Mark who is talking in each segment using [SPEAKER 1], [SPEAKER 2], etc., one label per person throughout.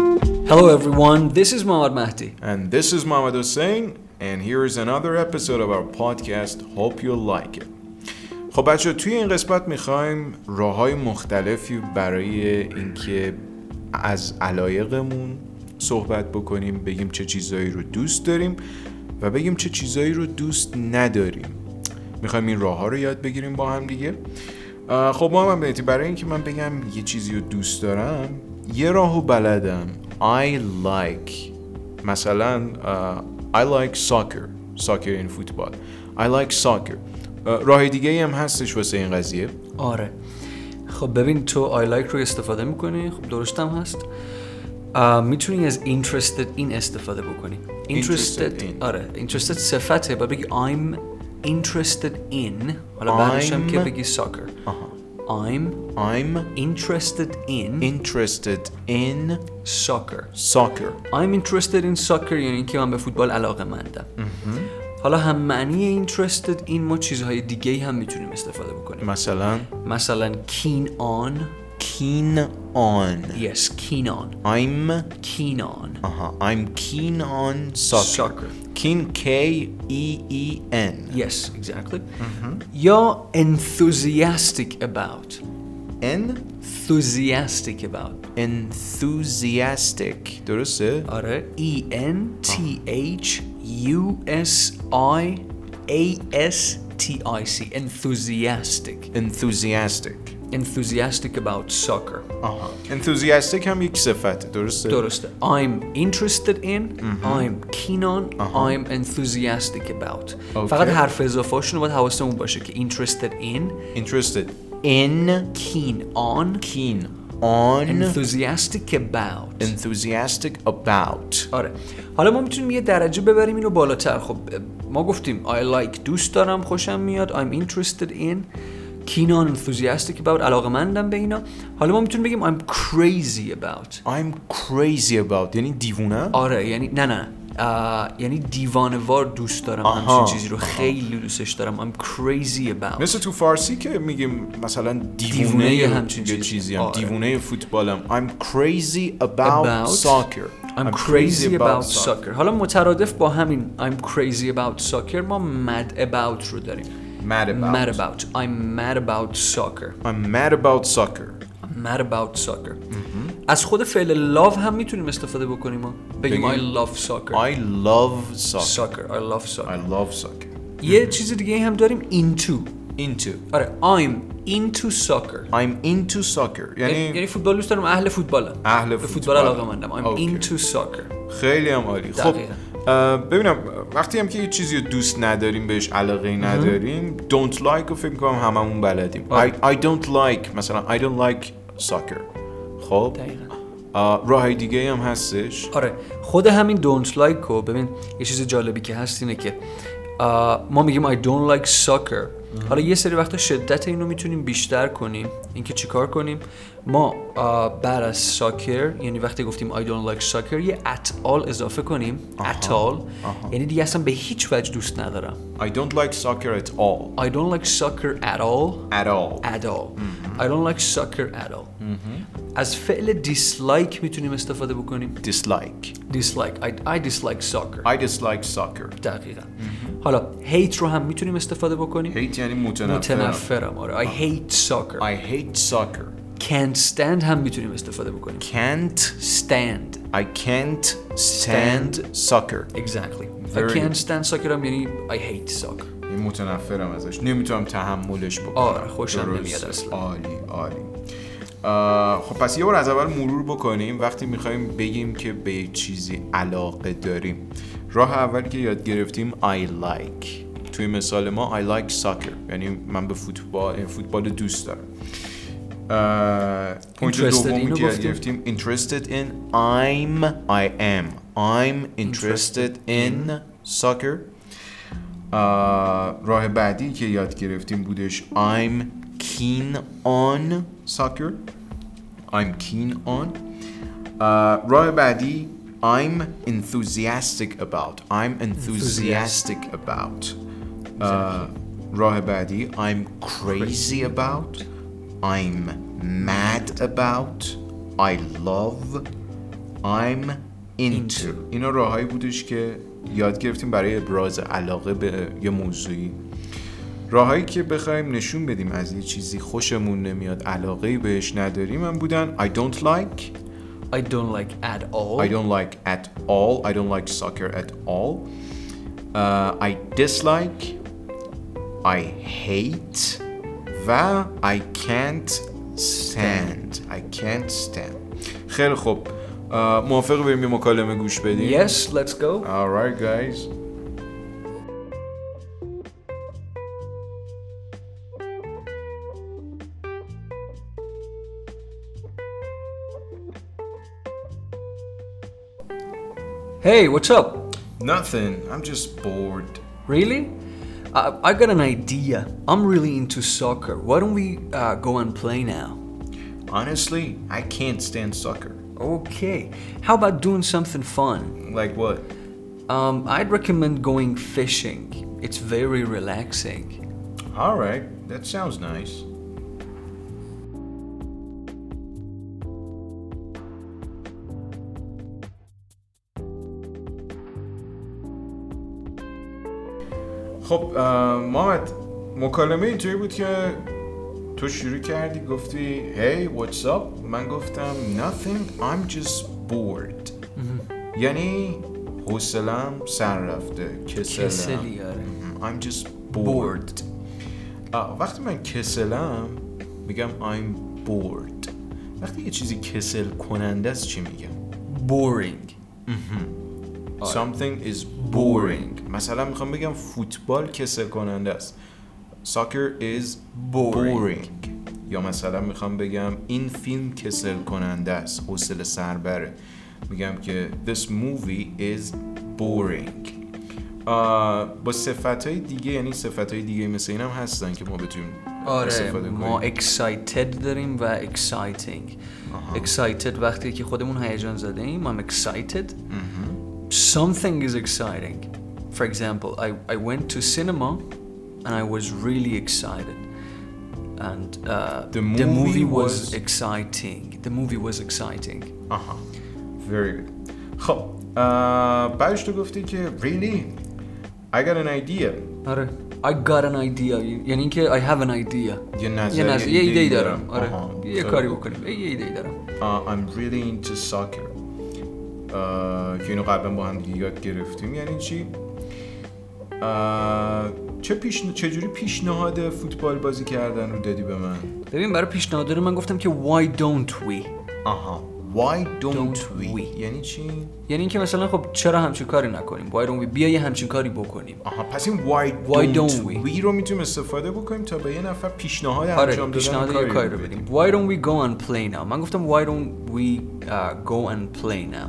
[SPEAKER 1] Hello, everyone. This is Mawad Mahdi.
[SPEAKER 2] And this is Mohammed Hussein and here is another episode of our podcast Hope you like it خب بچه توی این قسمت میخوایم راه های مختلفی برای اینکه از علایقمون صحبت بکنیم بگیم چه چیزایی رو دوست داریم و بگیم چه چیزایی رو دوست نداریم میخوایم این راه ها رو یاد بگیریم با هم دیگه اه، خب ما هم برای اینکه من بگم یه چیزی رو دوست دارم یه راهو بلدم I like مثلا uh, I like soccer soccer این فوتبال I like soccer uh, راه دیگه هم هستش واسه این قضیه
[SPEAKER 1] آره خب ببین تو آی لایک رو استفاده میکنی خب درستم هست اه، میتونی از interested این استفاده بکنی
[SPEAKER 2] Interested
[SPEAKER 1] interested
[SPEAKER 2] in.
[SPEAKER 1] آره interested صفته باید بگی I'm interested in حالا بعدش هم
[SPEAKER 2] I'm-
[SPEAKER 1] که بگی soccer
[SPEAKER 2] آها.
[SPEAKER 1] I'm
[SPEAKER 2] I'm
[SPEAKER 1] interested in
[SPEAKER 2] interested in
[SPEAKER 1] soccer
[SPEAKER 2] soccer
[SPEAKER 1] I'm interested in soccer یعنی اینکه من به فوتبال علاقه مندم حالا هم معنی interested این ما چیزهای دیگه هم میتونیم استفاده بکنیم
[SPEAKER 2] مثلا
[SPEAKER 1] مثلا keen on
[SPEAKER 2] keen on
[SPEAKER 1] yes keen on
[SPEAKER 2] I'm
[SPEAKER 1] keen on
[SPEAKER 2] آها I'm keen on soccer,
[SPEAKER 1] Soccer.
[SPEAKER 2] keen K E E N
[SPEAKER 1] yes exactly یا enthusiastic about
[SPEAKER 2] N
[SPEAKER 1] enthusiastic about
[SPEAKER 2] enthusiastic eh? درسته
[SPEAKER 1] آره E N T H U S I A S T I C enthusiastic
[SPEAKER 2] enthusiastic
[SPEAKER 1] enthusiastic about soccer
[SPEAKER 2] آها enthusiastic هم یک صفته درسته
[SPEAKER 1] درسته I'm interested in I'm keen on I'm enthusiastic about
[SPEAKER 2] اوکی.
[SPEAKER 1] فقط حرف اضافهشون باید حواسمون باشه که interested in
[SPEAKER 2] interested in
[SPEAKER 1] keen on
[SPEAKER 2] keen on
[SPEAKER 1] enthusiastic about
[SPEAKER 2] enthusiastic about
[SPEAKER 1] آره حالا ما میتونیم یه درجه ببریم اینو بالاتر خب ما گفتیم I like دوست دارم خوشم میاد I'm interested in keen on enthusiastic about علاقه مندم به اینا حالا ما میتونیم بگیم I'm crazy about
[SPEAKER 2] I'm crazy about یعنی دیوونه
[SPEAKER 1] آره یعنی نه نه آه، یعنی دیوانوار دوست دارم
[SPEAKER 2] آها.
[SPEAKER 1] همچین چیزی رو خیلی دوستش دارم I'm crazy about
[SPEAKER 2] مثل تو فارسی که میگیم مثلا دیوونه
[SPEAKER 1] دیوونه
[SPEAKER 2] یه
[SPEAKER 1] همچین
[SPEAKER 2] یه
[SPEAKER 1] چیزی.
[SPEAKER 2] چیزی هم
[SPEAKER 1] آره.
[SPEAKER 2] دیوونه فوتبالم I'm crazy about,
[SPEAKER 1] Oh, About.
[SPEAKER 2] soccer
[SPEAKER 1] I'm, crazy, about, soccer حالا مترادف با همین I'm crazy about soccer ما mad about رو داریم
[SPEAKER 2] mad about
[SPEAKER 1] mad about I'm mad about soccer
[SPEAKER 2] I'm mad about soccer
[SPEAKER 1] I'm mad about soccer از خود فعل love هم میتونیم استفاده بکنیم ما بگیم I
[SPEAKER 2] بگیم
[SPEAKER 1] love soccer
[SPEAKER 2] I love soccer
[SPEAKER 1] soccer I love soccer
[SPEAKER 2] I love soccer
[SPEAKER 1] یه چیز دیگه هم داریم into
[SPEAKER 2] into
[SPEAKER 1] آره I'm into soccer
[SPEAKER 2] I'm into soccer یعنی
[SPEAKER 1] یعنی فوتبال دوست دارم اهل فوتبالم
[SPEAKER 2] اهل
[SPEAKER 1] به
[SPEAKER 2] فوتبال.
[SPEAKER 1] فوتبال علاقه مندم I'm
[SPEAKER 2] اوکی.
[SPEAKER 1] into soccer
[SPEAKER 2] خیلی هم عالی خب
[SPEAKER 1] دقیقاً.
[SPEAKER 2] اه، ببینم وقتی هم که یه چیزی رو دوست نداریم بهش علاقه نداریم don't like رو فکر میکنم هممون بلدیم I,
[SPEAKER 1] آره.
[SPEAKER 2] I don't like مثلا I don't like soccer خب
[SPEAKER 1] دقیقاً.
[SPEAKER 2] اه، راه دیگه هم هستش
[SPEAKER 1] آره خود همین don't like رو ببین یه چیز جالبی که هست اینه که آه، ما میگیم I don't like soccer حالا یه سری وقتا شدت اینو میتونیم بیشتر کنیم اینکه چیکار کنیم ما آه، بعد از ساکر یعنی وقتی گفتیم I don't like soccer یه اتال اضافه کنیم اتال یعنی دیگه اصلا به هیچ وجه دوست ندارم
[SPEAKER 2] I don't like soccer at all
[SPEAKER 1] I don't like soccer at all
[SPEAKER 2] at all
[SPEAKER 1] at all.
[SPEAKER 2] Mm-hmm.
[SPEAKER 1] I don't like soccer at all. از فعل dislike میتونیم استفاده بکنیم.
[SPEAKER 2] dislike
[SPEAKER 1] dislike. I, I dislike soccer.
[SPEAKER 2] I dislike soccer
[SPEAKER 1] دقیقا. حالا hate رو هم میتونیم استفاده بکنیم.
[SPEAKER 2] hate یعنی متنفرم
[SPEAKER 1] متنفرم آره. I hate soccer.
[SPEAKER 2] I hate soccer
[SPEAKER 1] can't stand هم میتونیم استفاده بکنیم.
[SPEAKER 2] can't
[SPEAKER 1] stand.
[SPEAKER 2] I can't stand soccer
[SPEAKER 1] Exactly.
[SPEAKER 2] Very-
[SPEAKER 1] I can't stand soccer هم یعنی I hate soccer.
[SPEAKER 2] این متنفرم ازش نمیتونم تحملش بکنم
[SPEAKER 1] آره، خوشم
[SPEAKER 2] درست.
[SPEAKER 1] نمیاد اصلا.
[SPEAKER 2] عالی عالی آه، خب پس یه بار از اول مرور بکنیم وقتی میخوایم بگیم که به یه چیزی علاقه داریم راه اول که یاد گرفتیم I like توی مثال ما I like soccer یعنی من به فوتبال فوتبال دوست دارم آه، پوینت
[SPEAKER 1] Interested
[SPEAKER 2] دومی
[SPEAKER 1] اینو
[SPEAKER 2] که یاد
[SPEAKER 1] گفتیم.
[SPEAKER 2] گرفتیم interested in I'm I am I'm interested in soccer آه، راه بعدی که یاد گرفتیم بودش I'm keen on soccer I'm keen on آه، راه بعدی I'm enthusiastic about I'm enthusiastic about آه، راه بعدی I'm crazy about I'm mad about I love I'm into اینا راههایی بودش که یاد گرفتیم برای ابراز علاقه به یه موضوعی راههایی که بخوایم نشون بدیم از یه چیزی خوشمون نمیاد علاقه بهش نداریم هم بودن I don't like
[SPEAKER 1] I don't like at all.
[SPEAKER 2] I don't like at all I don't like soccer at all uh, I dislike I hate و I can't stand I can't stand خیلی خوب uh, موافق بریم یه مکالمه گوش بدیم
[SPEAKER 1] Yes, let's
[SPEAKER 2] Uh,
[SPEAKER 1] go.
[SPEAKER 2] Alright guys
[SPEAKER 1] Hey, what's up?
[SPEAKER 2] Nothing. I'm just bored.
[SPEAKER 1] Really? I, I got an idea. I'm really into soccer. Why don't we uh, go and play now?
[SPEAKER 2] Honestly, I can't stand soccer.
[SPEAKER 1] Okay. How about doing something fun?
[SPEAKER 2] Like what?
[SPEAKER 1] Um, I'd recommend going fishing. It's very relaxing.
[SPEAKER 2] Alright, that sounds nice. خب اه، محمد مکالمه اینطوری بود که تو شروع کردی گفتی Hey what's up من گفتم Nothing I'm just bored یعنی حوصلم سر رفته کسلم
[SPEAKER 1] کسلی، آره.
[SPEAKER 2] I'm just bored آه، وقتی من کسلم میگم I'm bored وقتی یه چیزی کسل کننده است چی میگم
[SPEAKER 1] Boring. آره.
[SPEAKER 2] Something is boring مثلا میخوام بگم فوتبال کسل کننده است Soccer is boring, یا مثلا میخوام بگم این فیلم کسل کننده است حوصله سربره میگم که This movie is boring آه، با صفت های دیگه یعنی صفت های دیگه مثل این هم هستن که ما بتونیم
[SPEAKER 1] آره
[SPEAKER 2] استفاده کنیم
[SPEAKER 1] ما excited داریم و exciting excited وقتی که خودمون هیجان زده ایم I'm excited something is exciting for example I, I went to cinema and I was really excited and uh,
[SPEAKER 2] The
[SPEAKER 1] the
[SPEAKER 2] movie
[SPEAKER 1] movie was
[SPEAKER 2] was-
[SPEAKER 1] exciting the movie was exciting
[SPEAKER 2] آها very good خب اه، بعدش تو گفتی که really I got an idea
[SPEAKER 1] آره I got an idea یعنی اینکه I have an idea
[SPEAKER 2] یه نظر
[SPEAKER 1] یه نظر یه ایده دارم
[SPEAKER 2] آها،
[SPEAKER 1] آره یه
[SPEAKER 2] خیلی
[SPEAKER 1] کاری
[SPEAKER 2] خوب.
[SPEAKER 1] بکنیم یه ایده دارم
[SPEAKER 2] آه، I'm really into soccer آه، که اینو قبلا با هم دیگه یاد گرفتیم یعنی چی آه، چه پیش چجوری پیشنهاد فوتبال بازی کردن رو دادی به من
[SPEAKER 1] ببین برای پیشنهاد داره من گفتم که why don't we
[SPEAKER 2] آها why don't,
[SPEAKER 1] Don't
[SPEAKER 2] we?
[SPEAKER 1] we.
[SPEAKER 2] یعنی چی
[SPEAKER 1] یعنی اینکه مثلا خب چرا همچین کاری نکنیم why don't we بیا یه همچین کاری بکنیم
[SPEAKER 2] آها پس این why,
[SPEAKER 1] Why
[SPEAKER 2] don't,
[SPEAKER 1] don't we?
[SPEAKER 2] we رو میتونیم استفاده بکنیم تا به یه نفر پیشنهاد
[SPEAKER 1] آره
[SPEAKER 2] انجام
[SPEAKER 1] پیشنهاد
[SPEAKER 2] دادن
[SPEAKER 1] یه کاری رو بدیم why don't we go and play now من گفتم why don't we uh, go and play now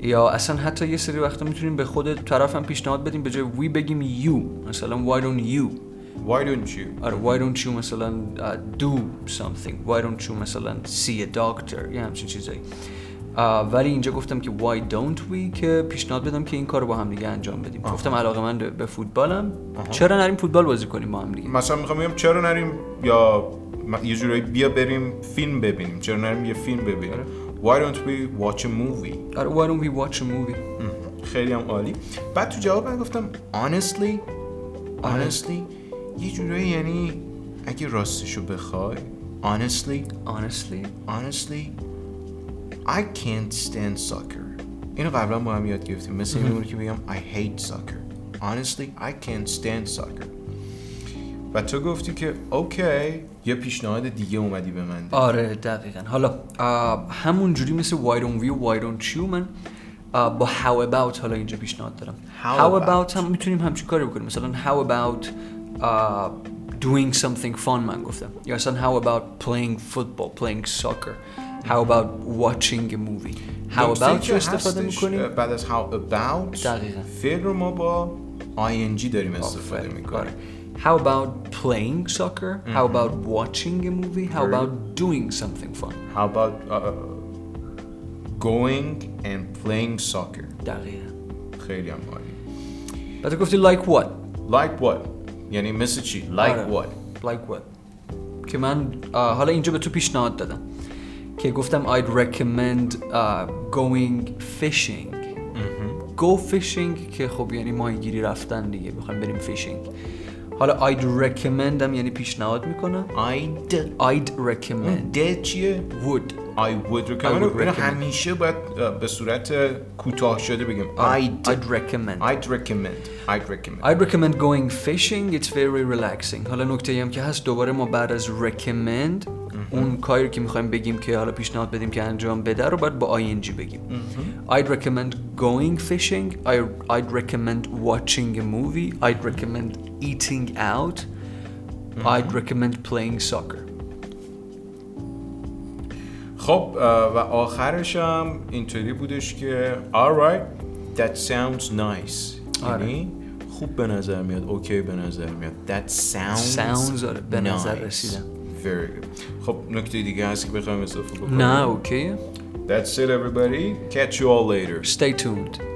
[SPEAKER 1] یا اصلا حتی یه سری وقتا میتونیم به خود طرف هم پیشنهاد بدیم به جای we بگیم you مثلا why don't you
[SPEAKER 2] Why don't you?
[SPEAKER 1] آره why don't you مثلا uh, do something why don't you مثلا see a doctor یه همچین چیزایی آه، Uh, ولی اینجا گفتم که why don't we که پیشنهاد بدم که این کار رو با هم دیگه انجام بدیم گفتم علاقه من به فوتبالم چرا نریم فوتبال بازی کنیم با هم دیگه
[SPEAKER 2] مثلا میخوام بگم چرا نریم یا م- یه جورایی بیا بریم فیلم ببینیم چرا نریم یه فیلم ببینیم Why don't we watch a movie?
[SPEAKER 1] آره why don't we watch a movie
[SPEAKER 2] مهم. خیلی هم عالی بعد تو جواب من گفتم honestly honestly یه جورایی یعنی اگه راستشو بخوای honestly
[SPEAKER 1] honestly
[SPEAKER 2] honestly I can't stand soccer اینو قبلا با هم یاد گرفتیم مثل
[SPEAKER 1] Mm-hmm.
[SPEAKER 2] این میمونه که بگم I hate soccer honestly I can't stand soccer و تو گفتی که اوکی یه پیشنهاد دیگه اومدی به من دی.
[SPEAKER 1] آره دقیقا حالا آه، همون جوری مثل why don't we why don't you من آه، با how about حالا اینجا پیشنهاد دارم
[SPEAKER 2] How
[SPEAKER 1] how
[SPEAKER 2] about.
[SPEAKER 1] about هم میتونیم همچین کاری بکنیم مثلا how about آه، doing something fun من گفتم یا اصلا how about playing football playing soccer how about watching a movie how
[SPEAKER 2] نکته ای
[SPEAKER 1] about
[SPEAKER 2] که
[SPEAKER 1] رو استفاده
[SPEAKER 2] هستش،
[SPEAKER 1] میکنیم
[SPEAKER 2] Uh, بعد از how about
[SPEAKER 1] دقیقاً.
[SPEAKER 2] فعل رو ما با ing داریم استفاده میکنیم
[SPEAKER 1] آره. How about playing soccer? How about watching a movie? How
[SPEAKER 2] Very
[SPEAKER 1] about doing something fun?
[SPEAKER 2] How about uh, going and playing soccer?
[SPEAKER 1] دقیقا
[SPEAKER 2] خیلی هم عالی.
[SPEAKER 1] بعد تو گفتی like what?
[SPEAKER 2] Like what? یعنی مثل چی؟ Like
[SPEAKER 1] آره.
[SPEAKER 2] what?
[SPEAKER 1] Like what? که من آه، حالا اینجا به تو پیشنهاد دادم که که گفتم I'd recommend uh, going fishing go fishing که خب یعنی ماهیگیری رفتن دیگه بخوایم بریم fishing حالا I'd recommend هم یعنی پیشنهاد میکنم
[SPEAKER 2] I'd
[SPEAKER 1] I'd uh, recommend
[SPEAKER 2] ده چیه؟
[SPEAKER 1] would
[SPEAKER 2] I would
[SPEAKER 1] I
[SPEAKER 2] recommend
[SPEAKER 1] would
[SPEAKER 2] اینو
[SPEAKER 1] recommend.
[SPEAKER 2] همیشه باید اه، به صورت کوتاه شده بگیم
[SPEAKER 1] آره.
[SPEAKER 2] I'd
[SPEAKER 1] I'd recommend
[SPEAKER 2] I'd recommend I'd recommend
[SPEAKER 1] I'd recommend going fishing. It's very relaxing. حالا نکته هم که هست دوباره ما بعد از recommend اون کاری رو که میخوایم بگیم که حالا پیشنهاد بدیم که انجام بده رو باید با ing بگیم. I'd recommend going fishing. I, I'd recommend watching a movie. I'd recommend eating out. I'd recommend playing soccer.
[SPEAKER 2] خب اه، و آخرش هم اینطوری بودش که alright that sounds nice
[SPEAKER 1] آره.
[SPEAKER 2] یعنی خوب به نظر میاد اوکی به نظر میاد that sounds
[SPEAKER 1] Sounds، آره، به نظر
[SPEAKER 2] nice.
[SPEAKER 1] رسیدم.
[SPEAKER 2] very good خب نکته دیگه هست که بخوایم اضافه بکنیم
[SPEAKER 1] نه اوکی.
[SPEAKER 2] That's it everybody catch you all later
[SPEAKER 1] Stay tuned.